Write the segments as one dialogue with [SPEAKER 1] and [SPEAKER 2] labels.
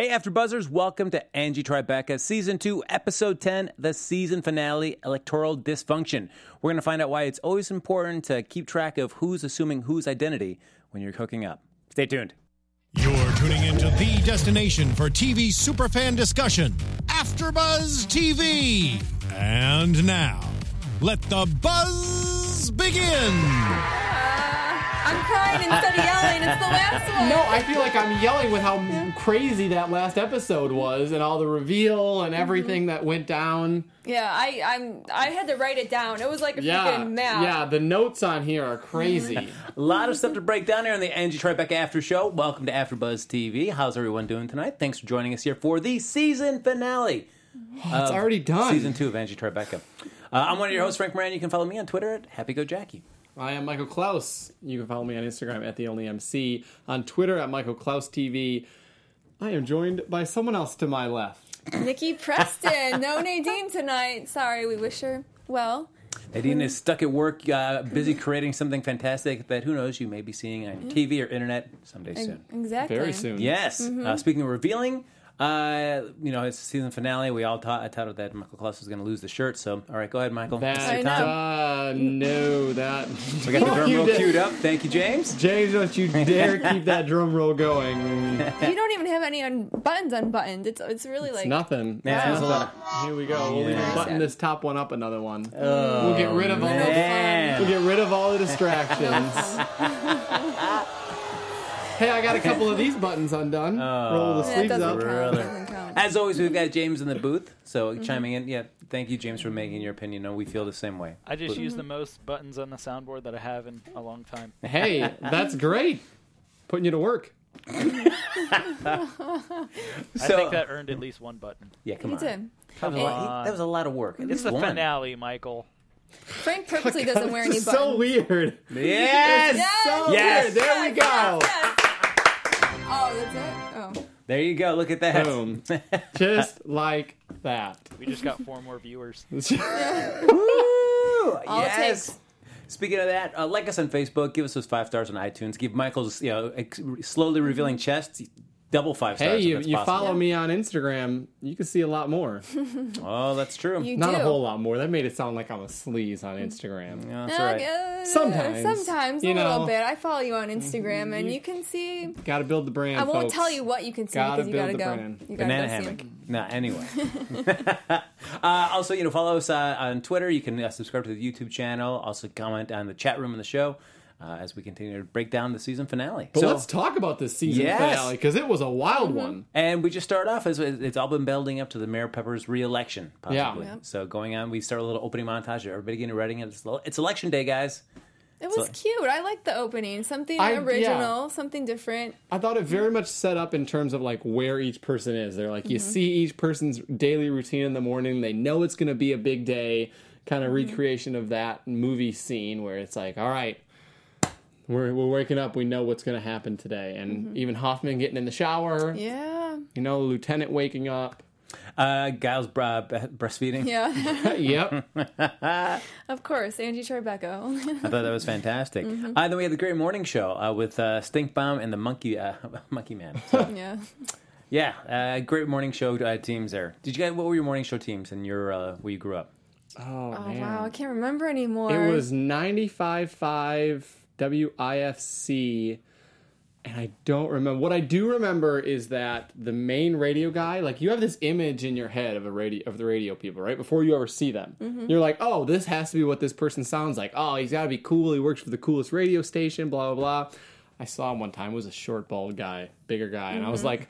[SPEAKER 1] Hey, After Buzzers, welcome to Angie Tribeca, Season 2, Episode 10, the season finale, Electoral Dysfunction. We're going to find out why it's always important to keep track of who's assuming whose identity when you're hooking up. Stay tuned.
[SPEAKER 2] You're tuning into the destination for TV superfan discussion, AfterBuzz TV. And now, let the buzz begin.
[SPEAKER 3] I'm crying instead of yelling. It's the last one.
[SPEAKER 4] No, I feel like I'm yelling with how crazy that last episode was and all the reveal and everything that went down.
[SPEAKER 3] Yeah, I, I'm. I had to write it down. It was like a
[SPEAKER 4] Yeah.
[SPEAKER 3] freaking map.
[SPEAKER 4] Yeah, the notes on here are crazy.
[SPEAKER 1] A lot of stuff to break down here on the Angie Tribeca After Show. Welcome to AfterBuzz TV. How's everyone doing tonight? Thanks for joining us here for the season finale.
[SPEAKER 4] it's already done.
[SPEAKER 1] Uh, Season 2 of Angie Tribeca. Uh, I'm one of your hosts, Frank Moran. You can follow me on Twitter at HappyGoJackie.
[SPEAKER 4] I am Michael Klaus. You can follow me on Instagram at the only MC, on Twitter at Michael Klaus TV. I am joined by someone else to my left.
[SPEAKER 3] Nikki Preston, no Nadine tonight. Sorry, we wish her well.
[SPEAKER 1] Nadine is stuck at work, uh, busy creating something fantastic that who knows you may be seeing on TV or internet someday soon.
[SPEAKER 3] Exactly.
[SPEAKER 4] Very soon.
[SPEAKER 1] Yes. Uh, speaking of revealing, uh, you know it's the season finale. We all ta- I titled that Michael Klaus was going to lose the shirt. So all right, go ahead, Michael. This is
[SPEAKER 4] That,
[SPEAKER 3] I
[SPEAKER 1] your
[SPEAKER 3] know.
[SPEAKER 1] time.
[SPEAKER 4] uh, no, that.
[SPEAKER 1] We got the drum roll
[SPEAKER 4] You did-
[SPEAKER 1] queued up. Thank you, James.
[SPEAKER 4] James, don't you dare keep that drum roll going.
[SPEAKER 3] You don't even have any un- buttons unbuttoned. It's it's really like
[SPEAKER 4] Nothing.
[SPEAKER 1] Yeah.
[SPEAKER 4] This is a- Here we go. We'll even button this top one up another one. we'll get rid of all.
[SPEAKER 1] man.
[SPEAKER 4] We'll get rid of all the distractions. hey, I got a couple of these buttons undone. Roll the
[SPEAKER 3] that
[SPEAKER 4] sleeves
[SPEAKER 3] doesn't
[SPEAKER 4] up.
[SPEAKER 3] count.
[SPEAKER 1] Really?
[SPEAKER 3] Doesn't count.
[SPEAKER 1] As always, we've got James in the booth. So chiming in, yeah. Thank you, James, for making your opinion. No, we feel the same way.
[SPEAKER 5] I just use the most buttons on the soundboard that I have in a long time.
[SPEAKER 4] Hey, that's great. Putting you to work.
[SPEAKER 5] I think that earned at least one button.
[SPEAKER 1] yeah, come
[SPEAKER 3] You
[SPEAKER 1] on.
[SPEAKER 3] did.
[SPEAKER 1] That was, a lot,
[SPEAKER 5] on.
[SPEAKER 1] that was a lot of work. At
[SPEAKER 5] It's
[SPEAKER 1] least
[SPEAKER 5] the
[SPEAKER 1] one.
[SPEAKER 5] finale, Michael.
[SPEAKER 3] Frank purposely doesn't wear any
[SPEAKER 4] This
[SPEAKER 3] buttons.
[SPEAKER 4] is so weird.
[SPEAKER 1] Yes.
[SPEAKER 4] So
[SPEAKER 1] Yes.
[SPEAKER 4] weird. There we go.
[SPEAKER 3] Yes, yes. Oh, that's it. Oh,
[SPEAKER 1] There you go. Look at that.
[SPEAKER 4] Boom. Just like that.
[SPEAKER 5] We just got four more viewers.
[SPEAKER 1] Woo!
[SPEAKER 3] All it
[SPEAKER 1] yes.
[SPEAKER 3] takes.
[SPEAKER 1] Speaking of that, uh, like us on Facebook, give us those five stars on iTunes. Give Michael's you know ex- slowly revealing chest double five stars.
[SPEAKER 4] Mm-hmm. Hey,
[SPEAKER 1] if
[SPEAKER 4] you,
[SPEAKER 1] that's
[SPEAKER 4] you
[SPEAKER 1] possible.
[SPEAKER 4] follow me on Instagram. You can see a lot more.
[SPEAKER 1] Oh, that's true.
[SPEAKER 3] you
[SPEAKER 4] Not
[SPEAKER 3] do.
[SPEAKER 4] a whole lot more. That made it sound like I'm a sleaze on Instagram.
[SPEAKER 1] No, that's all
[SPEAKER 3] Like,
[SPEAKER 1] right.
[SPEAKER 3] uh,
[SPEAKER 4] Sometimes.
[SPEAKER 3] sometimes a
[SPEAKER 4] You
[SPEAKER 3] little
[SPEAKER 4] know.
[SPEAKER 3] bit. I follow you on Instagram, and you can see
[SPEAKER 4] Got to build the brand.
[SPEAKER 3] I won't
[SPEAKER 4] folks.
[SPEAKER 3] tell you what you can see
[SPEAKER 4] Gotta
[SPEAKER 3] because you gotta
[SPEAKER 4] build the
[SPEAKER 3] go.
[SPEAKER 4] brand.
[SPEAKER 3] You gotta
[SPEAKER 1] Banana
[SPEAKER 3] go see
[SPEAKER 1] hammock.
[SPEAKER 3] him.
[SPEAKER 1] No, anyway. uh, also, you know, follow us uh, on Twitter. You can uh, subscribe to the YouTube channel. Also, comment on the chat room in the show uh, as we continue to break down the season finale.
[SPEAKER 4] But let's talk about this season
[SPEAKER 1] Yes.
[SPEAKER 4] finale because it was a wild
[SPEAKER 3] Mm-hmm.
[SPEAKER 4] one.
[SPEAKER 1] And we just start off as it's all been building up to the Mayor Pepper's reelection, possibly.
[SPEAKER 4] Yeah. Yep.
[SPEAKER 1] So going on, we start a little opening montage. of Everybody getting ready. It's, it's election day, guys.
[SPEAKER 3] It was
[SPEAKER 1] So-
[SPEAKER 3] cute. I liked the opening. Something
[SPEAKER 4] I-
[SPEAKER 3] original, something different.
[SPEAKER 4] I thought it very much set up in terms of like where each person is. They're like,
[SPEAKER 3] Mm-hmm.
[SPEAKER 4] you see each person's daily routine in the morning. They know it's going to be a big day, kind
[SPEAKER 3] Mm-hmm.
[SPEAKER 4] of recreation of that movie scene where it's like, all right, we're, we're waking up. We know what's going to happen today. And even Hoffman getting in the shower,
[SPEAKER 3] Mm-hmm. Yeah,
[SPEAKER 4] you know, Lieutenant waking up.
[SPEAKER 1] Uh, Giles bra- b- breastfeeding.
[SPEAKER 3] yeah.
[SPEAKER 4] yep.
[SPEAKER 3] of course, Angie Tribeca.
[SPEAKER 1] I thought that was fantastic. Uh, then we had the Great Morning Show uh, with uh, Stink Bomb and the Monkey uh, Monkey Man. So,
[SPEAKER 3] yeah.
[SPEAKER 1] yeah, uh, great morning show uh, teams there. Did you guys? What were your morning show teams and your uh, where you grew up?
[SPEAKER 4] Oh,
[SPEAKER 3] Oh
[SPEAKER 4] man.
[SPEAKER 3] wow, I can't remember anymore.
[SPEAKER 4] It was 95.5 WIFC. And I don't remember. What I do remember is that the main radio guy, like you have this image in your head of a radio of the radio people, right? Before you ever see them, you're like, "Oh, this has to be what this person sounds like. Oh, he's got to be cool. He works for the coolest radio station. Blah blah blah." I saw him one time. It was a short, bald guy, bigger guy, and I was like,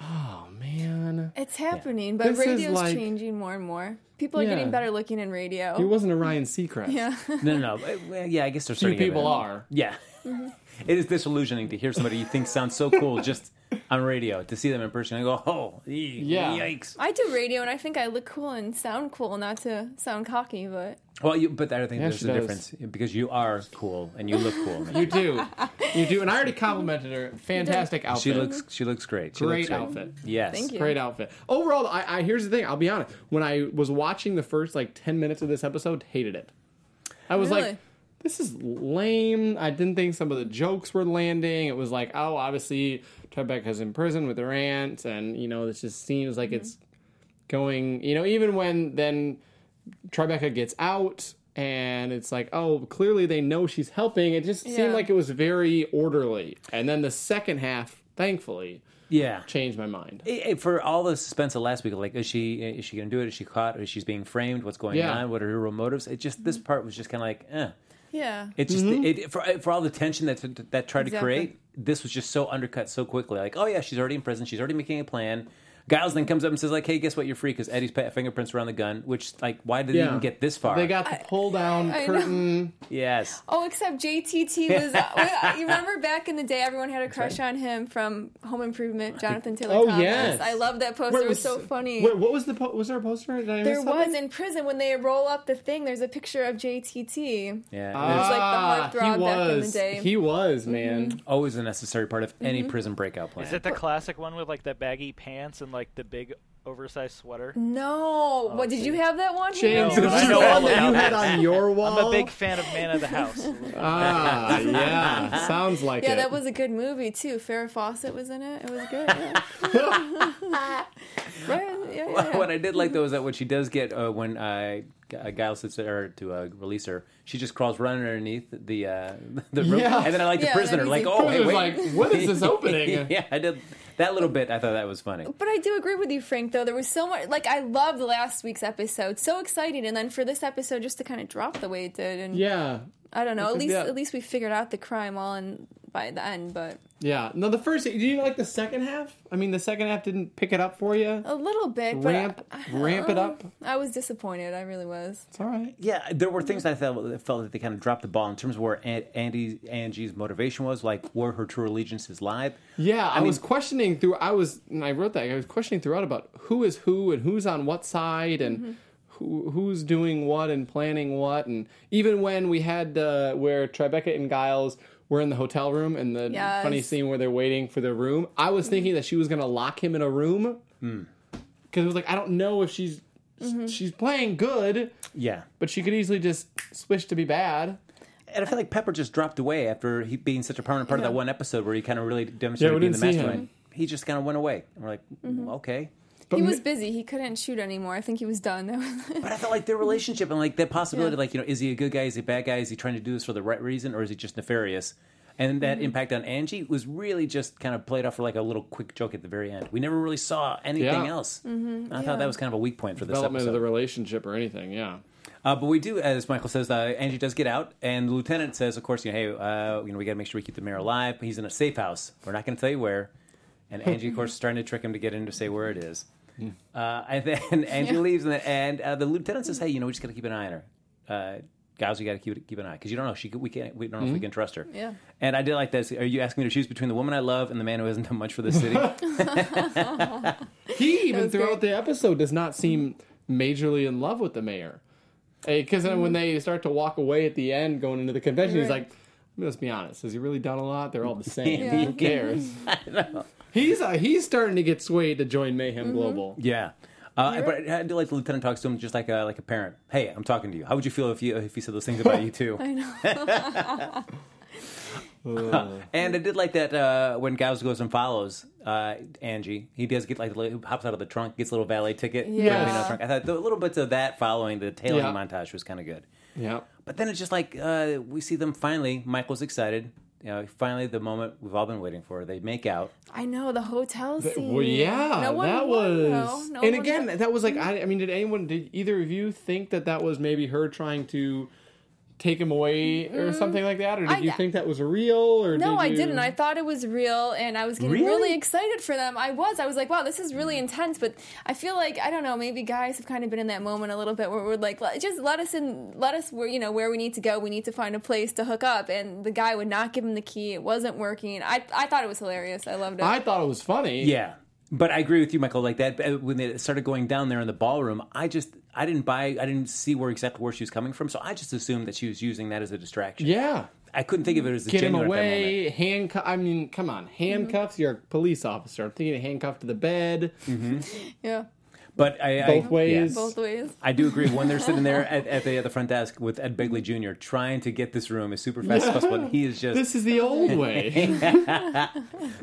[SPEAKER 4] "Oh man,
[SPEAKER 3] It's happening, but
[SPEAKER 4] This is
[SPEAKER 3] radio's
[SPEAKER 4] like-
[SPEAKER 3] changing more and more. People are
[SPEAKER 4] Yeah.
[SPEAKER 3] getting better looking in radio.
[SPEAKER 4] he wasn't a Ryan Seacrest.
[SPEAKER 3] Oh. yeah.
[SPEAKER 1] No, no, no. Uh, well, yeah, I guess there's
[SPEAKER 4] Few people are.
[SPEAKER 1] Yeah. Mm-hmm. It is disillusioning to hear somebody you think sounds so cool just on radio to see them in person and go, oh, ee,
[SPEAKER 4] Yeah.
[SPEAKER 1] yikes.
[SPEAKER 3] I do radio, and I think I look cool and sound cool. Not to sound cocky, but
[SPEAKER 1] Well, you, but I think there's
[SPEAKER 4] she
[SPEAKER 1] a
[SPEAKER 4] does.
[SPEAKER 1] difference because you are cool and you look cool.
[SPEAKER 4] You do, you do." And I already complimented her. Fantastic outfit.
[SPEAKER 1] she looks, she looks great. She
[SPEAKER 4] great
[SPEAKER 1] looks
[SPEAKER 4] outfit.
[SPEAKER 1] Yes.
[SPEAKER 3] Thank you.
[SPEAKER 4] Great outfit. Overall, I, I here's the thing. I'll be honest. When I was watching the first like ten minutes of this episode, hated it. I was
[SPEAKER 3] Really?
[SPEAKER 4] like, this is lame. I didn't think some of the jokes were landing. It was like, oh, obviously Tribeca's in prison with her aunt, and you know, this just seems like it's going. You know, even when then Tribeca gets out, and it's like, oh, clearly they know she's helping. It just
[SPEAKER 3] Yeah.
[SPEAKER 4] seemed like it was very orderly. And then the second half, thankfully,
[SPEAKER 1] Yeah.
[SPEAKER 4] changed my mind.
[SPEAKER 1] It- it- for all the suspense of last week, like is she is she going to do it? Is she caught? Is she's being framed? What's going
[SPEAKER 4] Yeah.
[SPEAKER 1] on? What are her real motives? It just this part was just kind of like, eh.
[SPEAKER 3] Yeah.
[SPEAKER 1] It just
[SPEAKER 4] Mm-hmm.
[SPEAKER 1] it, for for all the tension that that tried to
[SPEAKER 3] Exactly.
[SPEAKER 1] create, this was just so undercut so quickly. Like, oh yeah, she's already in prison. She's already making a plan. Giles then comes up and says like, hey, guess what? You're free because Eddie's pa- fingerprints were on the gun. Which like, why did they
[SPEAKER 4] Yeah.
[SPEAKER 1] even get this far?
[SPEAKER 4] They got the pull down
[SPEAKER 3] I know.
[SPEAKER 4] curtain.
[SPEAKER 1] yes.
[SPEAKER 3] Oh, except JTT was. uh, you remember back in the day, everyone had a crush on him from Home Improvement, Jonathan Taylor
[SPEAKER 4] Oh,
[SPEAKER 3] Thomas.
[SPEAKER 4] yes.
[SPEAKER 3] I love that poster.
[SPEAKER 4] Wait,
[SPEAKER 3] it was so funny.
[SPEAKER 4] Wait, what was the po- was there a poster? Did I
[SPEAKER 3] there
[SPEAKER 4] miss
[SPEAKER 3] was
[SPEAKER 4] something?
[SPEAKER 3] in prison when they roll up the thing. There's a picture of JTT.
[SPEAKER 1] Yeah.
[SPEAKER 3] was
[SPEAKER 1] it's
[SPEAKER 3] like the
[SPEAKER 4] Ah,
[SPEAKER 3] heartthrob
[SPEAKER 4] he
[SPEAKER 3] back in the
[SPEAKER 4] was,
[SPEAKER 3] day. Mm-hmm. Oh,
[SPEAKER 4] He was man.
[SPEAKER 1] always a necessary part of any
[SPEAKER 4] Mm-hmm.
[SPEAKER 1] prison breakout plan.
[SPEAKER 5] Is it the classic one with like the baggy pants and like the big oversized sweater?
[SPEAKER 3] No, what did you
[SPEAKER 5] geez.
[SPEAKER 3] have that one?
[SPEAKER 4] Oh, James,
[SPEAKER 5] No,
[SPEAKER 4] it was
[SPEAKER 5] I
[SPEAKER 4] the
[SPEAKER 5] know all
[SPEAKER 4] one that
[SPEAKER 5] about
[SPEAKER 4] you
[SPEAKER 5] that.
[SPEAKER 4] had on your wall.
[SPEAKER 5] I'm a big fan of Man of the House.
[SPEAKER 4] Ah, yeah, sounds like
[SPEAKER 3] Yeah,
[SPEAKER 4] it.
[SPEAKER 3] that was a good movie too. Farrah Fawcett was in it. It was good. Yeah. right? Yeah, yeah, yeah.
[SPEAKER 1] what I did like though is
[SPEAKER 4] Mm-hmm.
[SPEAKER 1] that when she does get uh, when uh, G- uh, Giles sits there to uh, release her, she just crawls running underneath the uh, the room,
[SPEAKER 4] Yeah.
[SPEAKER 1] and then I like
[SPEAKER 3] Yeah,
[SPEAKER 1] the prisoner,
[SPEAKER 3] that
[SPEAKER 1] like
[SPEAKER 3] easy.
[SPEAKER 1] oh
[SPEAKER 4] I
[SPEAKER 1] hey,
[SPEAKER 4] was
[SPEAKER 1] wait,
[SPEAKER 4] like, what is this opening?
[SPEAKER 1] yeah, I did that little bit. I thought that was funny.
[SPEAKER 3] But I do agree with you, Frank. Though there was so much. Like I loved last week's episode, so exciting, and then for this episode just to kind of drop the way it did, and
[SPEAKER 4] Yeah,
[SPEAKER 3] I don't know. At
[SPEAKER 4] Because,
[SPEAKER 3] least
[SPEAKER 4] yeah.
[SPEAKER 3] at least we figured out the crime all in by the end, but
[SPEAKER 4] yeah. No, the first. Do you like the second half? I mean, the second half didn't pick it up for you.
[SPEAKER 3] a little bit. But
[SPEAKER 4] Ramp, ramp it up.
[SPEAKER 3] I was disappointed. I really was.
[SPEAKER 4] It's all right.
[SPEAKER 1] Yeah, there were things that I
[SPEAKER 4] Mm-hmm.
[SPEAKER 1] felt that felt that they kind of dropped the ball in terms of where Aunt Andy's Angie's motivation was, like where her true allegiances lied.
[SPEAKER 4] Yeah, I, was questioning through. I was, and I wrote that. I was questioning throughout about who is who and who's on what side and who who's doing what and planning what. And even when we had uh, where Tribeca and Giles were in the hotel room and the
[SPEAKER 3] Yes.
[SPEAKER 4] funny scene where they're waiting for their room, I was thinking that she was going to lock him in a room
[SPEAKER 1] Hmm.
[SPEAKER 4] because it was like I don't know if she's she's playing good,
[SPEAKER 1] Yeah,
[SPEAKER 4] but she could easily just switch to be bad.
[SPEAKER 1] and I feel like Pepper just dropped away after he being such a prominent part of that one episode where he kind of really demonstrated
[SPEAKER 4] we
[SPEAKER 1] being the
[SPEAKER 4] didn't see him. Mm-hmm.
[SPEAKER 1] mastermind. He just kind of went away, and we're like, okay.
[SPEAKER 4] But
[SPEAKER 3] He
[SPEAKER 4] ma-
[SPEAKER 3] was busy. He couldn't shoot anymore. I think he was done. That was-
[SPEAKER 1] But I felt like their relationship and like that possibility, like you know, is he a good guy? Is he a bad guy? Is he trying to do this for the right reason, or is he just nefarious? And
[SPEAKER 4] Mm-hmm.
[SPEAKER 1] that impact on Angie was really just kind of played off for like a little quick joke at the very end. We never really saw anything
[SPEAKER 4] Yeah.
[SPEAKER 1] else. Mm-hmm, I thought that was kind of a weak point for this
[SPEAKER 4] development
[SPEAKER 1] episode.
[SPEAKER 4] of the relationship or anything. Yeah.
[SPEAKER 1] Uh, but we do, as Michael says, uh, Angie does get out, and the lieutenant says, of course, you know, hey, uh, you know, we got to make sure we keep the mayor alive. He's in a safe house. We're not going to tell you where. And Angie, of course, is trying to trick him to get him to say where it is. Uh, and then Angie leaves, and, and uh, the lieutenant says, hey, you know, we just got to keep an eye on her. Uh, guys, we got to keep keep an eye because you don't know she could- we can't we don't know if we can trust her.
[SPEAKER 3] Yeah.
[SPEAKER 1] And I did like this. Are you asking me to choose between the woman I love and the man who hasn't done much for the city?
[SPEAKER 4] he even
[SPEAKER 3] was great.
[SPEAKER 4] throughout the episode does not seem majorly in love with the mayor because then when they start to walk away at the end going into the convention he's
[SPEAKER 3] Mm. Right.
[SPEAKER 4] like let's be honest has he really done a lot they're all the same
[SPEAKER 1] Yeah.
[SPEAKER 4] who cares he's uh, he's starting to get swayed to join mayhem
[SPEAKER 3] Mm-hmm.
[SPEAKER 4] global
[SPEAKER 1] Yeah. Uh, but I do like the lieutenant talks to him just like a, like a parent. Hey, I'm talking to you. How would you feel if you if you said those things about you too? I know. and I did like that uh, when Gauss goes and follows uh, Angie. He does get like the li- hops out of the trunk, gets a little valet ticket. for
[SPEAKER 4] Yeah.
[SPEAKER 1] being on the trunk. I thought the little bits of that following the tailing
[SPEAKER 4] Yeah.
[SPEAKER 1] montage was kind of good.
[SPEAKER 4] yeah
[SPEAKER 1] But then it's just like uh, we see them finally. Michael's excited. You know, finally the moment we've all been waiting for. They make out.
[SPEAKER 3] I know the hotel scene.
[SPEAKER 4] well yeah
[SPEAKER 3] No one won,
[SPEAKER 4] that was
[SPEAKER 3] though. No
[SPEAKER 4] and
[SPEAKER 3] one
[SPEAKER 4] again
[SPEAKER 3] won. Mm.
[SPEAKER 4] that was like I, I mean did anyone did either of you think that that was maybe her trying to take him away or something like that or did
[SPEAKER 3] Mm. I-
[SPEAKER 4] you think that was real or
[SPEAKER 3] No,
[SPEAKER 4] did
[SPEAKER 3] I
[SPEAKER 4] you-
[SPEAKER 3] didn't. I thought it was real, and I was getting really?
[SPEAKER 1] Really?
[SPEAKER 3] excited for them. I was. I was like, wow, this is really intense. But I feel like I don't know. Maybe guys have kind of been in that moment a little bit where we're like, let- just let us in. Let us where you know where we need to go. We need to find a place to hook up. And the guy would not give him the key. It wasn't working. I I thought it was hilarious. I loved it.
[SPEAKER 4] I thought it was funny.
[SPEAKER 1] Yeah, but I agree with you, Michael. Like that uh, when they started going down there in the ballroom, I just I didn't buy, I didn't see where exactly where she was coming from, so I just assumed that she was using that as a distraction.
[SPEAKER 4] Yeah.
[SPEAKER 1] I couldn't think of it as a
[SPEAKER 4] Get him
[SPEAKER 1] genuine at that moment.
[SPEAKER 4] away. Handcuff. I mean,
[SPEAKER 1] Mm-hmm.
[SPEAKER 4] come on. Handcuffs. You're a police officer. I'm thinking handcuffed to the bed.
[SPEAKER 3] yeah.
[SPEAKER 1] But I, I-
[SPEAKER 4] Both ways.
[SPEAKER 1] yeah.
[SPEAKER 3] both ways.
[SPEAKER 1] I do agree. When they're sitting there at, at the at the front desk with Ed Begley Jr. trying to get this room as super fast as possible, and he is just.
[SPEAKER 4] This is the old way.
[SPEAKER 1] do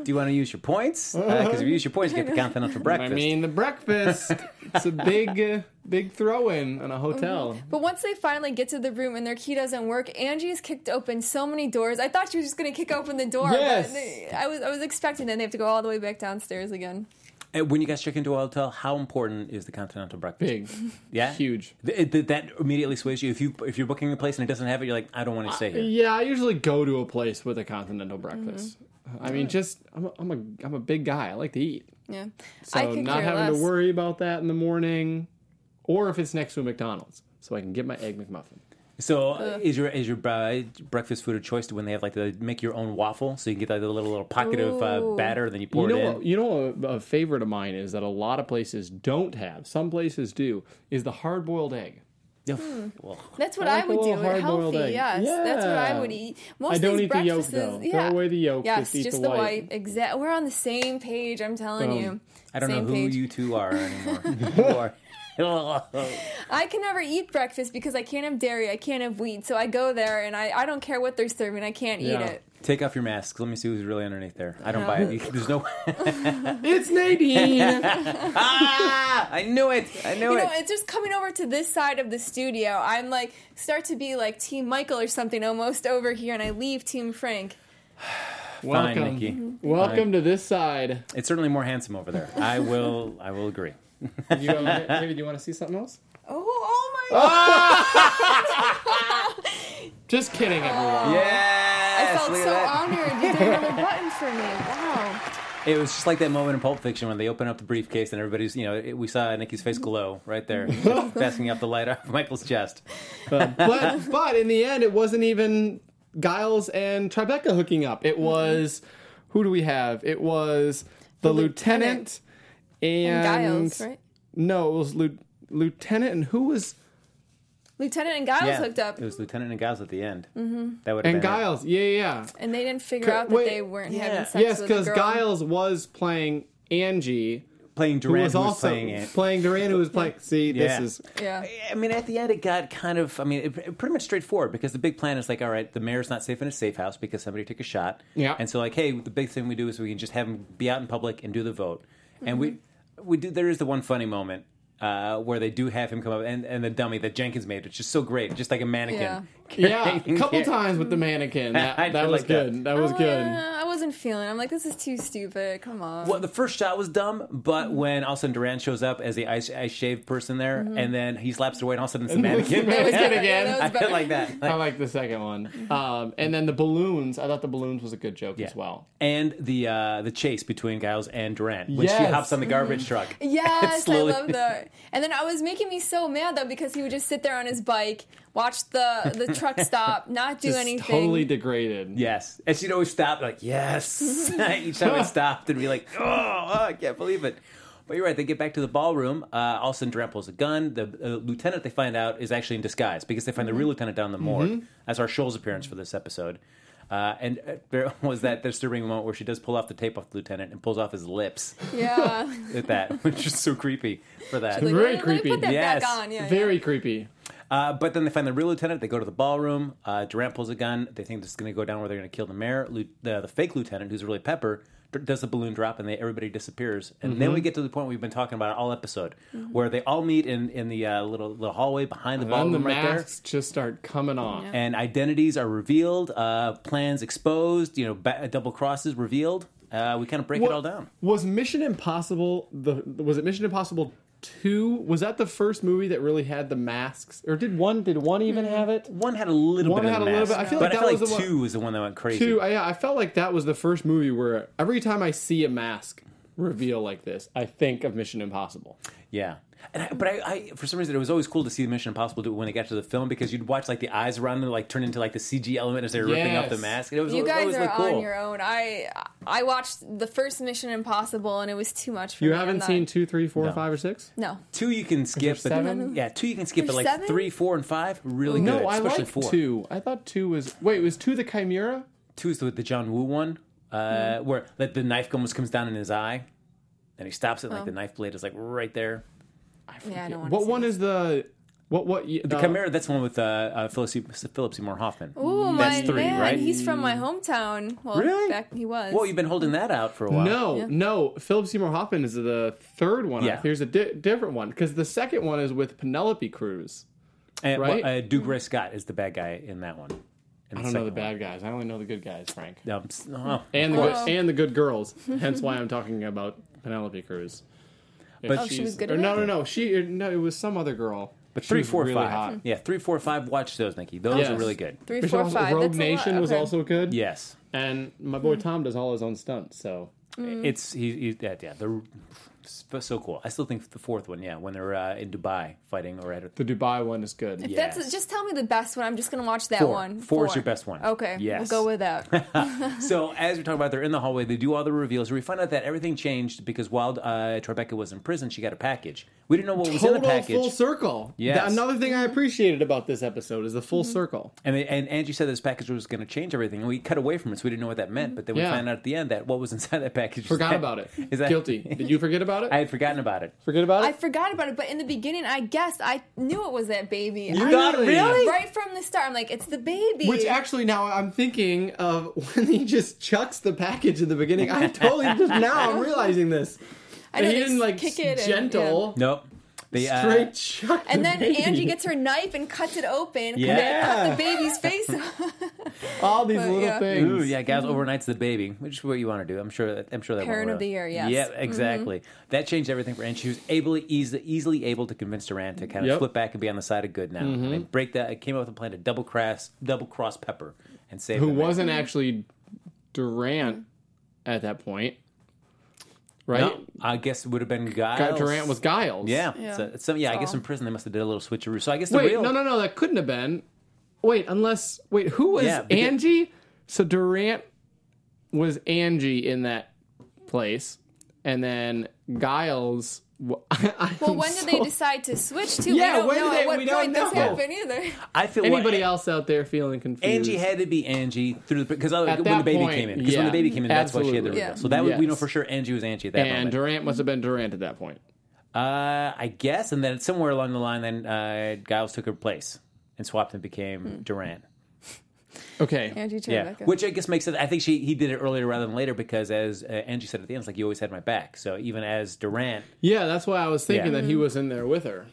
[SPEAKER 1] you want to use your points? Because if you use your points, you get the continental
[SPEAKER 4] I
[SPEAKER 1] breakfast.
[SPEAKER 4] mean, the breakfast. It's a big, uh, big throw-in on a hotel.
[SPEAKER 3] But once they finally get to the room and their key doesn't work, Angie's kicked open so many doors. I thought she was just going to kick open the door.
[SPEAKER 4] Yes.
[SPEAKER 3] But they, I was I was expecting that they have to go all the way back downstairs again.
[SPEAKER 1] And Uh, when you guys check into a hotel, how important is the continental
[SPEAKER 3] Mm-hmm.
[SPEAKER 1] breakfast?
[SPEAKER 4] Big,
[SPEAKER 1] yeah,
[SPEAKER 4] huge.
[SPEAKER 1] Th- th- that immediately sways you. If you if you're booking a place and it doesn't have it, you're like, I don't want to stay here.
[SPEAKER 4] Yeah, I usually go to a place with a continental breakfast.
[SPEAKER 3] Mm-hmm.
[SPEAKER 4] I mean, just I'm a, I'm a I'm a big guy. I like to eat,
[SPEAKER 3] Yeah.
[SPEAKER 4] so
[SPEAKER 3] I could
[SPEAKER 4] not
[SPEAKER 3] care
[SPEAKER 4] having
[SPEAKER 3] less.
[SPEAKER 4] to worry about that in the morning, or if it's next to a McDonald's, so I can get my egg McMuffin.
[SPEAKER 1] So uh, is your is your uh, breakfast food of choice when they have like the make your own waffle, so you can get that little little pocket of uh,
[SPEAKER 3] Ooh.
[SPEAKER 1] batter, then you pour
[SPEAKER 4] you
[SPEAKER 1] it
[SPEAKER 4] know,
[SPEAKER 1] in.
[SPEAKER 4] what- you know, a, a favorite of mine is that a lot of places don't have. Some places do. Is the hard-boiled egg.
[SPEAKER 1] Yeah, well,
[SPEAKER 3] That's what
[SPEAKER 4] I
[SPEAKER 3] I,
[SPEAKER 4] like a
[SPEAKER 3] would
[SPEAKER 4] little
[SPEAKER 3] do.
[SPEAKER 4] hard-boiled
[SPEAKER 3] Healthy, yes.
[SPEAKER 4] egg.
[SPEAKER 3] That's what I would
[SPEAKER 4] Yeah.
[SPEAKER 3] eat. Most
[SPEAKER 4] I don't
[SPEAKER 3] of these
[SPEAKER 4] eat the yolk,
[SPEAKER 3] breakfasts-
[SPEAKER 4] though. Throw
[SPEAKER 3] Yeah.
[SPEAKER 4] away the yolk,
[SPEAKER 3] Yes,
[SPEAKER 4] just eat the
[SPEAKER 3] the
[SPEAKER 4] white. Um,
[SPEAKER 3] white. Exact. We're on the same page. I'm telling
[SPEAKER 4] Boom.
[SPEAKER 3] you.
[SPEAKER 1] I don't
[SPEAKER 3] same
[SPEAKER 1] know who
[SPEAKER 3] page.
[SPEAKER 1] you two are anymore. You are-
[SPEAKER 3] I can never eat breakfast because I can't have dairy. I can't have wheat. So I go there and I, I don't care what they're serving. I can't
[SPEAKER 4] Yeah.
[SPEAKER 3] eat it.
[SPEAKER 1] Take off your masks. Let me see who's really underneath there. I don't buy it. There's no.
[SPEAKER 4] It's Nadine.
[SPEAKER 1] ah! I knew it. I knew
[SPEAKER 3] You
[SPEAKER 1] it.
[SPEAKER 3] know, it's just coming over to this side of the studio. I'm like, start to be like Team Michael or something almost over here, and I leave Team Frank.
[SPEAKER 1] Fine,
[SPEAKER 4] Welcome,
[SPEAKER 1] Nikki.
[SPEAKER 4] welcome to this side.
[SPEAKER 1] It's certainly more handsome over there. I will. I will agree.
[SPEAKER 4] You, um, David, do you want to see something else?
[SPEAKER 3] Oh, oh my God.
[SPEAKER 4] Just kidding, everyone.
[SPEAKER 3] I
[SPEAKER 1] Yes.
[SPEAKER 3] felt
[SPEAKER 1] look at
[SPEAKER 3] so
[SPEAKER 1] that.
[SPEAKER 3] honored. You did another button for me. Wow.
[SPEAKER 1] It was just like that moment in Pulp Fiction when they open up the briefcase and everybody's. You know, it, we saw Nikki's face glow right there, passing up the light off Michael's chest.
[SPEAKER 4] but but in the end, it wasn't even Giles and Tribeca hooking up. It was who do we have? It was the, lieutenant,
[SPEAKER 3] lieutenant.
[SPEAKER 4] and,
[SPEAKER 3] Giles, right?
[SPEAKER 4] No, it was lieu- lieutenant and who was
[SPEAKER 3] Lieutenant and Giles
[SPEAKER 1] Yeah,
[SPEAKER 3] hooked up,
[SPEAKER 1] It was Lieutenant and Giles at the end. Mm-hmm. That would have
[SPEAKER 4] and
[SPEAKER 1] been it.
[SPEAKER 4] Giles. Yeah, yeah.
[SPEAKER 3] and they didn't figure
[SPEAKER 4] Ca-
[SPEAKER 3] out that
[SPEAKER 4] wait.
[SPEAKER 3] they weren't
[SPEAKER 1] Yeah.
[SPEAKER 3] having sex
[SPEAKER 4] yes,
[SPEAKER 3] with the
[SPEAKER 4] because
[SPEAKER 3] girl.
[SPEAKER 4] Giles was playing Angie,
[SPEAKER 1] playing
[SPEAKER 4] who
[SPEAKER 1] Durant
[SPEAKER 4] was
[SPEAKER 1] who was
[SPEAKER 4] also
[SPEAKER 1] playing it.
[SPEAKER 4] Duran, who was playing. See,
[SPEAKER 1] Yeah.
[SPEAKER 4] this is
[SPEAKER 3] Yeah.
[SPEAKER 1] I mean, at the end, it got kind of. I mean, it, it pretty much straightforward because the big plan is like, all right, the mayor's not safe in his safe house because somebody took a shot.
[SPEAKER 4] Yeah.
[SPEAKER 1] And so, like, hey, the big thing we do is we can just have him be out in public and do the vote. And we we do. There is the one funny moment uh, where they do have him come up and, and the dummy that Jenkins made, which is so great, just like a mannequin.
[SPEAKER 3] Yeah.
[SPEAKER 4] yeah. A couple times with the mannequin. That,
[SPEAKER 1] I
[SPEAKER 4] that
[SPEAKER 1] did
[SPEAKER 4] was
[SPEAKER 1] like that.
[SPEAKER 4] good. That, was
[SPEAKER 3] Oh,
[SPEAKER 4] good.
[SPEAKER 3] yeah, I wasn't feeling. it. I'm like, this is too stupid. Come on.
[SPEAKER 1] Well, the first shot was dumb, but when all of a sudden Durant shows up as the ice, ice shaved person there, and then he slaps it away, and all of a sudden it's a mannequin.
[SPEAKER 4] That was
[SPEAKER 3] Yeah,
[SPEAKER 4] good again.
[SPEAKER 3] that
[SPEAKER 1] I
[SPEAKER 3] was
[SPEAKER 1] feel
[SPEAKER 3] better.
[SPEAKER 1] like that.
[SPEAKER 4] I like the second one. Um, and then the balloons. I thought the balloons was a good joke as well.
[SPEAKER 1] And the uh, the chase between Giles and Durant when she
[SPEAKER 4] Yes.
[SPEAKER 1] hops on the garbage truck.
[SPEAKER 3] Yes, I
[SPEAKER 1] Slowly.
[SPEAKER 3] love that. And then I was making me so mad though because he would just sit there on his bike, watch the the truck stop, not do
[SPEAKER 4] Just
[SPEAKER 3] anything.
[SPEAKER 4] totally degraded.
[SPEAKER 1] Yes, and she'd always stop like yes. Each time it stopped, and be like, oh, oh, I can't believe it. But you're right. They get back to the ballroom. Uh, all of a sudden, Durant pulls a gun. The uh, lieutenant they find out is actually in disguise because they find the real lieutenant down the morgue.
[SPEAKER 4] Mm-hmm.
[SPEAKER 1] That's our Shoals appearance for this episode. Uh, and uh, there was that disturbing moment where she does pull off the tape off the lieutenant and pulls off his lips
[SPEAKER 3] yeah.
[SPEAKER 1] at that, which is so creepy for that.
[SPEAKER 3] Like,
[SPEAKER 4] Very
[SPEAKER 3] let me- let me
[SPEAKER 4] creepy.
[SPEAKER 3] Put that
[SPEAKER 1] Yes.
[SPEAKER 3] back on. Yeah,
[SPEAKER 4] Very creepy.
[SPEAKER 1] Uh, but then they find the real lieutenant. They go to the ballroom. Uh, Durant pulls a gun. They think this is going to go down where they're going to kill the mayor. Lu- the, the fake lieutenant, who's really Pepper, d- does the balloon drop, and they, everybody disappears. And then
[SPEAKER 4] Mm-hmm.
[SPEAKER 1] we get to the point we've been talking about all episode, where they all meet in in the uh, little little hallway behind the
[SPEAKER 4] Then the
[SPEAKER 1] ballroom right there.
[SPEAKER 4] masks just start coming off.
[SPEAKER 1] And identities are revealed, uh, plans exposed, you know, ba- double crosses revealed. Uh, we kind of break
[SPEAKER 4] What-
[SPEAKER 1] it all down.
[SPEAKER 4] Was Mission Impossible the? Was it Mission Impossible two? Was that the first movie that really had the masks, or did one? Did one even
[SPEAKER 1] Hmm.
[SPEAKER 4] have it?
[SPEAKER 1] One had a little
[SPEAKER 4] One
[SPEAKER 1] bit
[SPEAKER 4] had
[SPEAKER 1] of
[SPEAKER 4] a
[SPEAKER 1] the
[SPEAKER 4] little
[SPEAKER 1] mask,
[SPEAKER 4] bit- I feel
[SPEAKER 1] but
[SPEAKER 4] like
[SPEAKER 1] I
[SPEAKER 4] that
[SPEAKER 1] feel
[SPEAKER 4] was
[SPEAKER 1] like
[SPEAKER 4] the
[SPEAKER 1] two is the one that went crazy.
[SPEAKER 4] Two. I, I felt like that was the first movie where every time I see a mask reveal like this, I think of Mission Impossible.
[SPEAKER 1] Yeah, and I, but I, I, for some reason, it was always cool to see Mission Impossible do it when they got to the film because you'd watch like the eyes around them like turn into like the CG element as they were ripping off the
[SPEAKER 4] Yes.
[SPEAKER 1] mask. And it was
[SPEAKER 3] You
[SPEAKER 1] it
[SPEAKER 3] guys
[SPEAKER 1] always
[SPEAKER 3] are
[SPEAKER 1] looked cool.
[SPEAKER 3] on your own. I I watched the first Mission Impossible and it was too much for
[SPEAKER 4] You
[SPEAKER 3] me. I'm
[SPEAKER 4] haven't
[SPEAKER 3] not-
[SPEAKER 4] seen two, three, four,
[SPEAKER 1] No.
[SPEAKER 4] five, or six?
[SPEAKER 3] No.
[SPEAKER 1] Two you can skip, but
[SPEAKER 4] seven?
[SPEAKER 1] yeah, two you can skip, but
[SPEAKER 3] There's
[SPEAKER 1] like
[SPEAKER 3] seven?
[SPEAKER 1] three, four, and five really
[SPEAKER 4] No,
[SPEAKER 1] good,
[SPEAKER 4] I
[SPEAKER 1] especially
[SPEAKER 4] like
[SPEAKER 1] four.
[SPEAKER 4] two. I thought two was wait, was two the Chimera?
[SPEAKER 1] Two is the, the John Woo one uh,
[SPEAKER 3] Mm-hmm. Oh.
[SPEAKER 1] where like, the knife almost comes down in his eye, and he stops it. Like the knife blade is like right there.
[SPEAKER 3] Yeah, I don't want to.
[SPEAKER 4] What
[SPEAKER 3] see
[SPEAKER 4] one
[SPEAKER 3] this.
[SPEAKER 4] is the what what the
[SPEAKER 1] The Chimera, that's the one with uh, uh, Philip, Se- Philip Seymour Hoffman.
[SPEAKER 3] Ooh,
[SPEAKER 1] that's
[SPEAKER 3] Oh my
[SPEAKER 1] three,
[SPEAKER 3] man,
[SPEAKER 1] right?
[SPEAKER 3] he's from my hometown. Well,
[SPEAKER 1] Really?
[SPEAKER 3] Back, he was.
[SPEAKER 1] Well, you've been holding that out for a while.
[SPEAKER 4] No, no. Philip Seymour Hoffman is the third one.
[SPEAKER 1] Yeah.
[SPEAKER 4] Here's a di- different one because the second one is with Penelope Cruz.
[SPEAKER 1] And,
[SPEAKER 4] Right?
[SPEAKER 1] well, uh, Duke Ray Scott is the bad guy in that one. In
[SPEAKER 4] I don't know the bad guys. I only know the good guys, Frank.
[SPEAKER 1] No, I'm s- oh,
[SPEAKER 4] And the
[SPEAKER 3] course.
[SPEAKER 4] good, and the good girls. Hence why I'm talking about Penelope Cruz. If
[SPEAKER 1] But- Oh,
[SPEAKER 3] she was
[SPEAKER 4] she's-
[SPEAKER 3] good
[SPEAKER 4] or
[SPEAKER 3] in
[SPEAKER 4] no,
[SPEAKER 3] it?
[SPEAKER 4] no, no. She uh, no. It was some other girl.
[SPEAKER 1] but three,
[SPEAKER 4] was
[SPEAKER 1] four, five.
[SPEAKER 4] really hot.
[SPEAKER 1] Yeah, three, four, five. Watch those, Nikki. Those are
[SPEAKER 4] Yes.
[SPEAKER 1] really good.
[SPEAKER 3] Three,
[SPEAKER 4] Which
[SPEAKER 3] four,
[SPEAKER 4] also-
[SPEAKER 3] five.
[SPEAKER 4] Rogue
[SPEAKER 3] That's a lot.
[SPEAKER 4] Nation was
[SPEAKER 3] Okay.
[SPEAKER 4] also good.
[SPEAKER 1] Yes,
[SPEAKER 4] And my boy Tom does all his own stunts. So Mm.
[SPEAKER 1] it's he. he yeah, yeah, they're so- so cool. I still think the fourth one. Yeah, when they're uh, in Dubai fighting or at
[SPEAKER 4] the Dubai one is good.
[SPEAKER 3] If
[SPEAKER 1] Yes.
[SPEAKER 3] That's just tell me the best one. I'm just gonna watch that
[SPEAKER 1] Four.
[SPEAKER 3] one.
[SPEAKER 1] Four is your best one.
[SPEAKER 3] Okay,
[SPEAKER 1] Yes.
[SPEAKER 3] we'll go with that.
[SPEAKER 1] So as we talk about, they're in the hallway. They do all the reveals. We find out that everything changed because while uh, Tribeca was in prison, she got a package. We didn't know what was in the
[SPEAKER 4] Total
[SPEAKER 1] package.
[SPEAKER 4] full circle.
[SPEAKER 1] Yes.
[SPEAKER 4] Th- Another thing I appreciated about this episode is the full
[SPEAKER 3] Mm-hmm.
[SPEAKER 4] circle.
[SPEAKER 1] and, they, and Angie said this package was going to change everything, and we cut away from it, so we didn't know what that meant. But then we
[SPEAKER 4] Yeah.
[SPEAKER 1] find out at the end that what was inside that package. is
[SPEAKER 4] Forgot
[SPEAKER 1] that-
[SPEAKER 4] about it.
[SPEAKER 1] Is that
[SPEAKER 4] Guilty. Did you forget about it?
[SPEAKER 1] I had forgotten about it.
[SPEAKER 4] forget about it.
[SPEAKER 3] I forgot about it, but in the beginning, I guessed I knew it was that baby.
[SPEAKER 1] You
[SPEAKER 3] I-
[SPEAKER 1] got
[SPEAKER 4] Really?
[SPEAKER 1] really?
[SPEAKER 3] right from the start. I'm like, it's the baby.
[SPEAKER 4] Which actually now I'm thinking of when he just chucks the package in the beginning. I totally just now I'm realizing this.
[SPEAKER 3] I know
[SPEAKER 4] he
[SPEAKER 3] they
[SPEAKER 4] didn't like
[SPEAKER 3] kick it and-
[SPEAKER 4] gentle,
[SPEAKER 1] Nope. They, uh,
[SPEAKER 4] straight chuck.
[SPEAKER 3] And
[SPEAKER 4] the
[SPEAKER 3] then
[SPEAKER 4] baby.
[SPEAKER 3] Angie gets her knife and cuts it open.
[SPEAKER 1] Yeah.
[SPEAKER 3] And then cut the baby's face off.
[SPEAKER 4] all these
[SPEAKER 3] but,
[SPEAKER 4] little
[SPEAKER 3] yeah.
[SPEAKER 4] things.
[SPEAKER 1] Ooh, yeah, guys, overnight's the baby, which is what you want to do. I'm sure. I'm sure that went
[SPEAKER 3] Parent of
[SPEAKER 1] well.
[SPEAKER 3] the year, yes. Mm-hmm.
[SPEAKER 1] Yeah, exactly. That changed everything for Anne. She was able, easily, easily able to convince Durant to kind of
[SPEAKER 4] Yep. Mm-hmm.
[SPEAKER 1] flip back and be on the side of good now. And they break that. It came up with a plan to double cross, double cross Pepper and save
[SPEAKER 4] Who
[SPEAKER 1] the man.
[SPEAKER 4] wasn't actually Durant at that point, right?
[SPEAKER 1] No, I guess it would have been Giles.
[SPEAKER 4] Guy- Durant was Giles.
[SPEAKER 1] Yeah.
[SPEAKER 3] Yeah.
[SPEAKER 1] So, so yeah, I guess
[SPEAKER 3] So-
[SPEAKER 1] in prison they must have did a little switcheroo. So I guess the
[SPEAKER 4] Wait,
[SPEAKER 1] real
[SPEAKER 4] no, no, no. That couldn't have been. Wait, unless wait, who was
[SPEAKER 1] Yeah, because-
[SPEAKER 4] Angie? So Durant was Angie in that place, and then Giles. Well,
[SPEAKER 3] Well, when did they decide to switch to?
[SPEAKER 4] Yeah,
[SPEAKER 3] we don't know
[SPEAKER 4] when did
[SPEAKER 3] at
[SPEAKER 4] they-
[SPEAKER 3] what point
[SPEAKER 4] we don't
[SPEAKER 3] this
[SPEAKER 4] know.
[SPEAKER 3] happened either.
[SPEAKER 1] I feel
[SPEAKER 4] Anybody
[SPEAKER 1] what,
[SPEAKER 4] else out there feeling confused?
[SPEAKER 1] Angie had to be Angie through the because
[SPEAKER 4] At
[SPEAKER 1] when the
[SPEAKER 4] that
[SPEAKER 1] baby
[SPEAKER 4] point,
[SPEAKER 1] came in because when
[SPEAKER 4] yeah.
[SPEAKER 1] the baby came in that's why she had the
[SPEAKER 4] Absolutely.
[SPEAKER 1] reveal.
[SPEAKER 3] Yeah.
[SPEAKER 1] So that was, we know
[SPEAKER 4] Yes.
[SPEAKER 1] for sure Angie was Angie at that
[SPEAKER 4] and
[SPEAKER 1] moment.
[SPEAKER 4] Durant must have been Durant at that point.
[SPEAKER 1] Uh, I guess, and then somewhere along the line, then uh, Giles took her place and swapped and became
[SPEAKER 4] Hmm.
[SPEAKER 1] Durant.
[SPEAKER 4] Okay.
[SPEAKER 3] Angie
[SPEAKER 1] Yeah,
[SPEAKER 3] Tribeca.
[SPEAKER 1] which I guess makes it. I think she he did it earlier rather than later because, as uh, Angie said at the end, it's like you always had my back. So even as Durant,
[SPEAKER 4] Yeah, that's why I was thinking
[SPEAKER 1] Yeah.
[SPEAKER 4] that he was in there with her.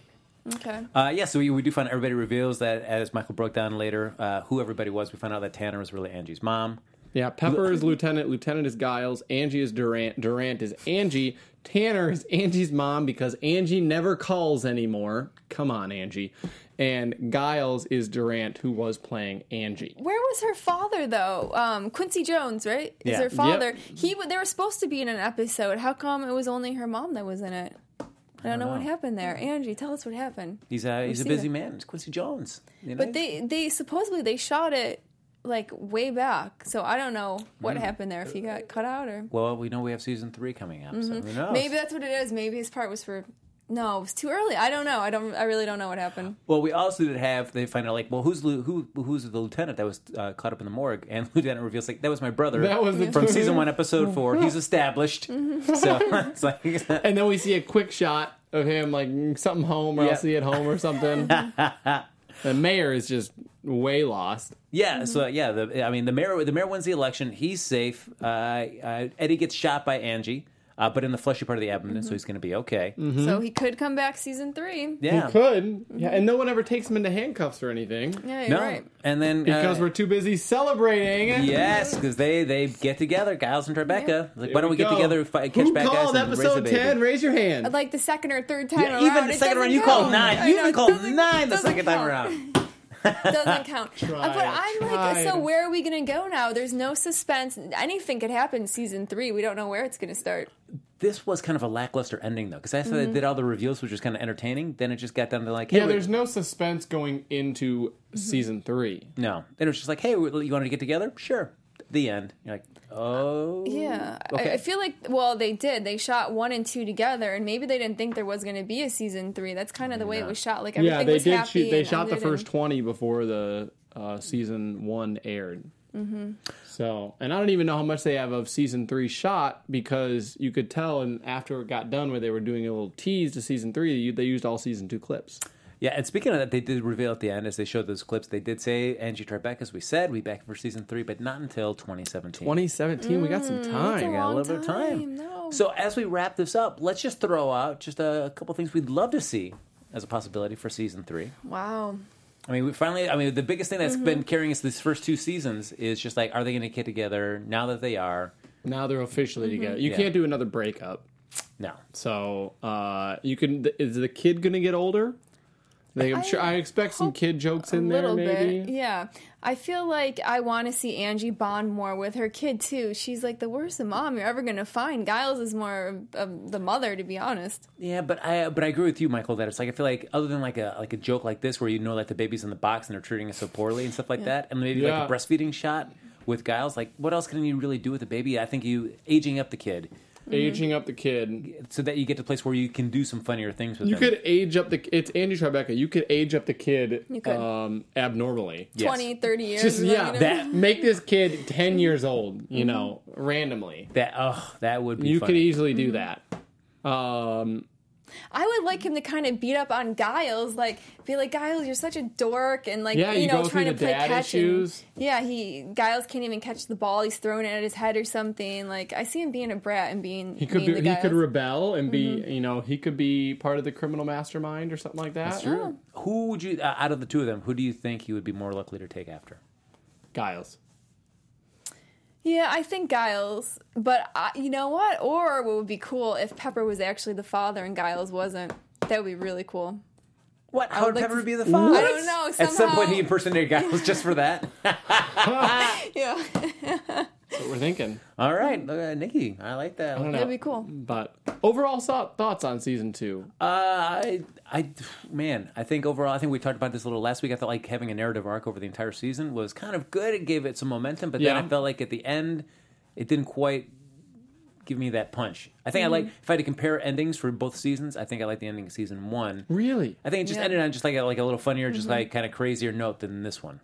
[SPEAKER 3] okay.
[SPEAKER 1] uh, yeah. So we, we do find out everybody reveals that as Michael broke down later, uh, who everybody was. We find out that Tanner was really Angie's mom.
[SPEAKER 4] Yeah, Pepper is Lieutenant, Lieutenant is Giles, Angie is Durant, Durant is Angie, Tanner is Angie's mom because Angie never calls anymore. Come on, Angie. And Giles is Durant, who was playing Angie.
[SPEAKER 3] Where was her father though? Um, Quincy Jones, right? Is
[SPEAKER 1] Yeah.
[SPEAKER 3] her father? He w- they were supposed to be in an episode. How come it was only her mom that was in it? I don't know what
[SPEAKER 1] know.
[SPEAKER 3] happened there. Angie, tell us what happened.
[SPEAKER 1] He's a he's a
[SPEAKER 3] see
[SPEAKER 1] busy
[SPEAKER 3] it.
[SPEAKER 1] man. It's Quincy Jones. You know?
[SPEAKER 3] But they they supposedly they shot it like way back. So I don't know
[SPEAKER 1] Mm.
[SPEAKER 3] what happened there if he
[SPEAKER 1] Uh,
[SPEAKER 3] got cut out or
[SPEAKER 1] well, we know we have season three coming up.
[SPEAKER 4] Mm-hmm.
[SPEAKER 1] So who knows?
[SPEAKER 3] maybe that's what it is. Maybe his part was for no, it was too early. I don't know. I don't. I really don't know what happened.
[SPEAKER 1] Well, we also did have they find out like, well, who's Lu- who who's the lieutenant that was uh, caught up in the morgue? And lieutenant reveals like that was my brother.
[SPEAKER 4] That was the Mm-hmm.
[SPEAKER 1] from season one, episode four. He's established, so it's like
[SPEAKER 4] And then we see a quick shot of him, like mm, something home, or
[SPEAKER 1] Yeah.
[SPEAKER 4] I'll see it home or something. the mayor is just way lost.
[SPEAKER 1] yeah. So yeah, the, I mean the mayor the mayor wins the election. He's safe. Uh, uh, Eddie gets shot by Angie, uh, but in the fleshy part of the abdomen,
[SPEAKER 4] Mm-hmm.
[SPEAKER 1] so he's going to be okay.
[SPEAKER 3] So he could come back season three.
[SPEAKER 1] Mm-hmm. Yeah.
[SPEAKER 4] Could. Yeah, and no one ever takes him into handcuffs or anything.
[SPEAKER 3] Yeah, you're
[SPEAKER 1] No,
[SPEAKER 3] right.
[SPEAKER 1] and then
[SPEAKER 4] Because
[SPEAKER 1] uh,
[SPEAKER 4] we're too busy celebrating.
[SPEAKER 1] Yes, because they they get together, Giles and Tribeca. Like, why
[SPEAKER 4] There
[SPEAKER 1] don't we,
[SPEAKER 4] we
[SPEAKER 1] get
[SPEAKER 4] go.
[SPEAKER 1] together, fight, catch
[SPEAKER 4] Who
[SPEAKER 1] bad guys,
[SPEAKER 4] called
[SPEAKER 1] and raise a
[SPEAKER 4] episode
[SPEAKER 1] baby?
[SPEAKER 4] 10? Raise your hand.
[SPEAKER 3] Like the second or third time
[SPEAKER 1] Yeah,
[SPEAKER 3] around.
[SPEAKER 1] even the
[SPEAKER 3] it
[SPEAKER 1] second
[SPEAKER 3] doesn't
[SPEAKER 1] round, you
[SPEAKER 3] count.
[SPEAKER 1] called nine.
[SPEAKER 3] I
[SPEAKER 1] You
[SPEAKER 3] know,
[SPEAKER 1] even
[SPEAKER 3] it
[SPEAKER 1] called
[SPEAKER 3] doesn't-
[SPEAKER 1] nine the
[SPEAKER 3] doesn't
[SPEAKER 1] second time
[SPEAKER 3] count.
[SPEAKER 1] around.
[SPEAKER 3] Doesn't count.
[SPEAKER 4] Tried,
[SPEAKER 3] but I'm
[SPEAKER 4] tried.
[SPEAKER 3] like, so where are we going to go now? There's no suspense. Anything could happen season three. We don't know where it's going to start.
[SPEAKER 1] This was kind of a lackluster ending though, because after
[SPEAKER 3] Mm-hmm.
[SPEAKER 1] they did all the reveals, which was kind of entertaining, then it just got down to like, hey,
[SPEAKER 4] Yeah,
[SPEAKER 1] we-
[SPEAKER 4] there's no suspense going into
[SPEAKER 3] Mm-hmm.
[SPEAKER 4] season three.
[SPEAKER 1] no. Then it was just like, hey, we- you want to get together? Sure. The end. You're like, oh,
[SPEAKER 3] Yeah,
[SPEAKER 1] Okay.
[SPEAKER 3] I, I feel like well they did. They shot one and two together, and maybe they didn't think there was going to be a season three. That's kind of the way it was shot. Like everything
[SPEAKER 4] Yeah, they
[SPEAKER 3] was
[SPEAKER 4] did
[SPEAKER 3] happy
[SPEAKER 4] shoot. They
[SPEAKER 3] and
[SPEAKER 4] shot the
[SPEAKER 3] ended and-
[SPEAKER 4] first twenty before the uh, season one aired.
[SPEAKER 3] Mm-hmm.
[SPEAKER 4] So, and I don't even know how much they have of season three shot because you could tell, and after it got done, where they were doing a little tease to season three, you, they used all season two clips.
[SPEAKER 1] Yeah, and speaking of that, they did reveal at the end as they showed those clips, they did say Angie Tribeca, as we said, we back for season three, but not until 2017.
[SPEAKER 4] 2017, we got some
[SPEAKER 3] It's Mm, a
[SPEAKER 4] time.
[SPEAKER 1] Yeah, a
[SPEAKER 3] long
[SPEAKER 1] little bit of time.
[SPEAKER 3] No.
[SPEAKER 1] So as we wrap this up, let's just throw out just a couple things we'd love to see as a possibility for season three.
[SPEAKER 3] wow.
[SPEAKER 1] I mean, we finally. I mean, the biggest thing that's been carrying us these first two seasons is just like, are they going to get together? Now that they are,
[SPEAKER 4] Now they're officially
[SPEAKER 3] Mm-hmm.
[SPEAKER 4] together. You
[SPEAKER 1] Yeah.
[SPEAKER 4] can't do another breakup.
[SPEAKER 1] no.
[SPEAKER 4] So, uh, you can. th- Is the kid going to get older? They, I'm
[SPEAKER 3] I
[SPEAKER 4] sure. I expect some
[SPEAKER 3] hope
[SPEAKER 4] kid jokes
[SPEAKER 3] a
[SPEAKER 4] in there,
[SPEAKER 3] little
[SPEAKER 4] maybe.
[SPEAKER 3] bit. Yeah, I feel like I want to see Angie bond more with her kid too. She's like the worst mom you're ever gonna find. Giles is more of the mother, to be honest.
[SPEAKER 1] Yeah, but I but I agree with you, Michael. That it's like I feel like other than like a like a joke like this where you know like the baby's in the box and they're treating it so poorly and stuff like that, and maybe
[SPEAKER 4] Yeah.
[SPEAKER 1] like a breastfeeding shot with Giles. Like, what else can you really do with a baby? I think you aging up the kid
[SPEAKER 4] Aging up the kid.
[SPEAKER 1] so that you get to a place where you can do some funnier things with
[SPEAKER 4] You
[SPEAKER 1] them.
[SPEAKER 4] could age up the. It's Andy Tribeca. You could age up the kid
[SPEAKER 3] You could.
[SPEAKER 4] um, abnormally.
[SPEAKER 1] Yes.
[SPEAKER 3] Twenty, thirty 20, 30 years.
[SPEAKER 4] Just Mm-hmm.
[SPEAKER 3] like, you
[SPEAKER 4] yeah,
[SPEAKER 3] know? Mm-hmm.
[SPEAKER 4] that make this kid ten years old. You know, randomly.
[SPEAKER 1] that oh that would be
[SPEAKER 4] You
[SPEAKER 1] funny.
[SPEAKER 4] could easily do that.
[SPEAKER 3] Mm-hmm.
[SPEAKER 4] Um,
[SPEAKER 3] I would like him to kind of beat up on Giles, like be like, Giles, you're such a dork, and like
[SPEAKER 4] Yeah,
[SPEAKER 3] you,
[SPEAKER 4] you
[SPEAKER 3] know,
[SPEAKER 4] go
[SPEAKER 3] trying
[SPEAKER 4] through
[SPEAKER 3] to
[SPEAKER 4] the
[SPEAKER 3] play
[SPEAKER 4] dad
[SPEAKER 3] catch. and-
[SPEAKER 4] issues.
[SPEAKER 3] yeah, he Giles can't even catch the ball; he's throwing it at his head or something. Like I see him being a brat and being
[SPEAKER 4] he could
[SPEAKER 3] mean Mm-hmm.
[SPEAKER 4] be,
[SPEAKER 3] to
[SPEAKER 4] he could
[SPEAKER 3] Giles.
[SPEAKER 4] rebel and be you know he could be part of the criminal mastermind or something like that. That's true.
[SPEAKER 1] Who would you uh, out of the two of them? Who do you think you would be more likely to take after?
[SPEAKER 4] Giles.
[SPEAKER 3] Yeah, I think Giles. But I, you know what? Or what would be cool if Pepper was actually the father and Giles wasn't. That would be really cool.
[SPEAKER 1] What? How would
[SPEAKER 3] like
[SPEAKER 1] Pepper
[SPEAKER 3] to-
[SPEAKER 1] be the father?
[SPEAKER 3] I don't know,
[SPEAKER 1] At some point,
[SPEAKER 3] somehow-
[SPEAKER 1] he impersonated Giles just for that.
[SPEAKER 3] Yeah,
[SPEAKER 4] That's what we're thinking.
[SPEAKER 1] All right, uh, Nikki, I like that.
[SPEAKER 4] I don't know.
[SPEAKER 3] that'd be cool.
[SPEAKER 4] But overall so- thoughts on season two?
[SPEAKER 1] Uh, I, I, man, I think overall, I think we talked about this a little last week. I felt like having a narrative arc over the entire season was kind of good. It gave it some momentum, but
[SPEAKER 4] Yeah.
[SPEAKER 1] then I felt like at the end, it didn't quite give me that punch. I think
[SPEAKER 3] Mm-hmm.
[SPEAKER 1] I like if I had to compare endings for both seasons, I think I like the ending of season one.
[SPEAKER 4] really?
[SPEAKER 1] I think it just
[SPEAKER 3] Yeah. Mm-hmm.
[SPEAKER 1] ended on just like a, like a little funnier, just like kind of crazier note than this one.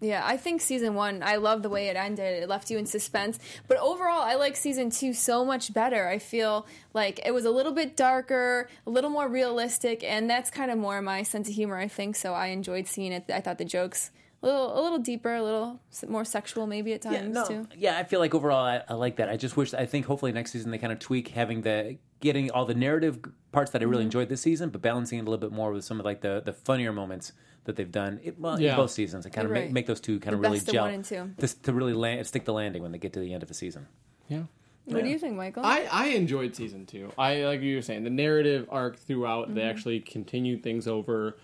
[SPEAKER 3] Yeah, I think season one, I love the way it ended. It left you in suspense. But overall, I like season two so much better. I feel like it was a little bit darker, a little more realistic, and that's kind of more my sense of humor, I think. So I enjoyed seeing it. I thought the jokes. A little, a little deeper, a little s- more sexual, maybe at times too.
[SPEAKER 1] yeah, I feel like overall I, I like that. I just wish I think hopefully next season they kind of tweak having the getting all the narrative parts that I
[SPEAKER 3] Mm-hmm.
[SPEAKER 1] really enjoyed this season, but balancing it a little bit more with some of like the the funnier moments that they've done. It, well,
[SPEAKER 4] Yeah.
[SPEAKER 1] in both seasons, and kind of
[SPEAKER 3] You're
[SPEAKER 1] make,
[SPEAKER 3] right.
[SPEAKER 1] make those two kind
[SPEAKER 3] The
[SPEAKER 1] of really
[SPEAKER 3] best of
[SPEAKER 1] gel
[SPEAKER 3] one and two.
[SPEAKER 1] Just to really land, stick the landing when they get to the end of a season.
[SPEAKER 4] Yeah.
[SPEAKER 3] What do you think, Michael?
[SPEAKER 4] I, I enjoyed season two. I like you were saying the narrative arc throughout. They actually continued things over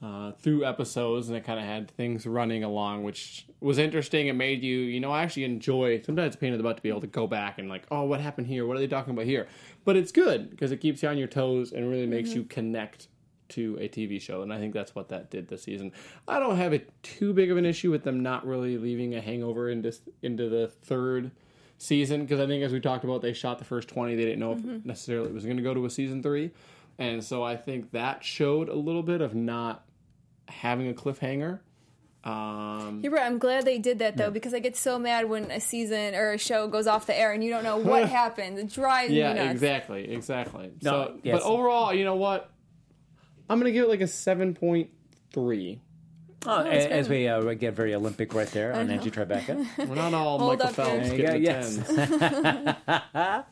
[SPEAKER 4] uh, through episodes, and it kind of had things running along, which was interesting. It made you, you know, I actually enjoy. Sometimes it's a pain in the butt to be able to go back and like, oh, what happened here? What are they talking about here? But it's good because it keeps you on your toes and really makes you connect to a TV show, and I think that's what that did this season. I don't have it too big of an issue with them not really leaving a hangover into into the third season because I think as we talked about, they shot the first twenty. They didn't know if
[SPEAKER 3] Mm-hmm.
[SPEAKER 4] necessarily it was going to go to a season three, and so I think that showed a little bit of not having a cliffhanger. Um,
[SPEAKER 3] You're right. I'm glad they did that though, because I get so mad when a season or a show goes off the air and you don't know what happened. It drives
[SPEAKER 4] yeah,
[SPEAKER 3] me nuts.
[SPEAKER 4] exactly, exactly. so,
[SPEAKER 1] yes.
[SPEAKER 4] but overall, you know what? I'm going to give it like a seven point three.
[SPEAKER 1] Oh, a- as we uh, get very Olympic right there on Angie Tribeca.
[SPEAKER 4] We're not all
[SPEAKER 3] Hold
[SPEAKER 4] Michael
[SPEAKER 3] up, guys.
[SPEAKER 4] Phelps
[SPEAKER 3] There
[SPEAKER 1] you
[SPEAKER 4] getting
[SPEAKER 1] go,
[SPEAKER 4] a
[SPEAKER 1] yes.
[SPEAKER 4] ten.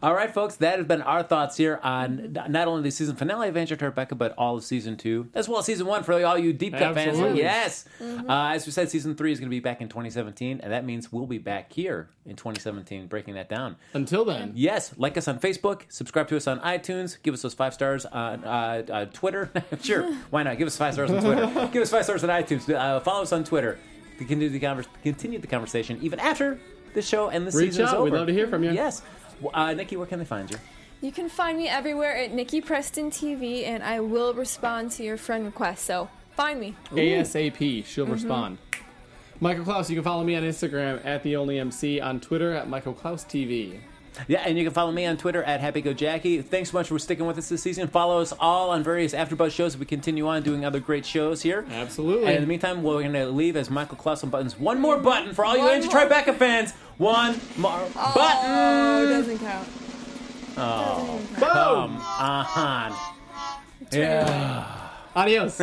[SPEAKER 1] All right, folks, that has been our thoughts here on n- not only the season finale of Andrew Tribeca, but all of season two, as well as season one for all you deep cut fans.
[SPEAKER 4] Absolutely.
[SPEAKER 1] Yes. Uh, as we said, season three is going to be back in 2017, and that means we'll be back here in 2017 breaking that down.
[SPEAKER 4] Until then,
[SPEAKER 1] Yes, like us on Facebook, subscribe to us on iTunes, give us those five stars on uh, uh, Twitter. sure, why not? Give us five stars on Twitter. give us five stars on iTunes. Uh, follow us on Twitter. To continue the, convers- continue the conversation even after the show and the
[SPEAKER 4] Reach
[SPEAKER 1] season is
[SPEAKER 4] out.
[SPEAKER 1] over.
[SPEAKER 4] We'd love to hear from you.
[SPEAKER 1] Yes. Well, Uh, Nikki, where can they find you?
[SPEAKER 3] You can find me everywhere at Nikki Preston TV, and I will respond to your friend request. So find me.
[SPEAKER 4] ASAP. She'll
[SPEAKER 3] Mm-hmm.
[SPEAKER 4] respond. Michael Klaus, you can follow me on Instagram at the only MC on Twitter at Michael Klaus TV.
[SPEAKER 1] Yeah, and you can follow me on Twitter at HappyGoJackie. Thanks so much for sticking with us this season. Follow us all on various AfterBuzz shows. We continue on doing other great shows here.
[SPEAKER 4] Absolutely.
[SPEAKER 1] And in the meantime, we're going to leave as Michael Clausen buttons one more button for all you
[SPEAKER 3] One
[SPEAKER 1] Angie
[SPEAKER 3] more-
[SPEAKER 1] Tribeca fans. One more
[SPEAKER 3] Oh,
[SPEAKER 1] button.
[SPEAKER 3] doesn't count.
[SPEAKER 1] Boom. Uh-huh. Yeah.
[SPEAKER 4] Adios.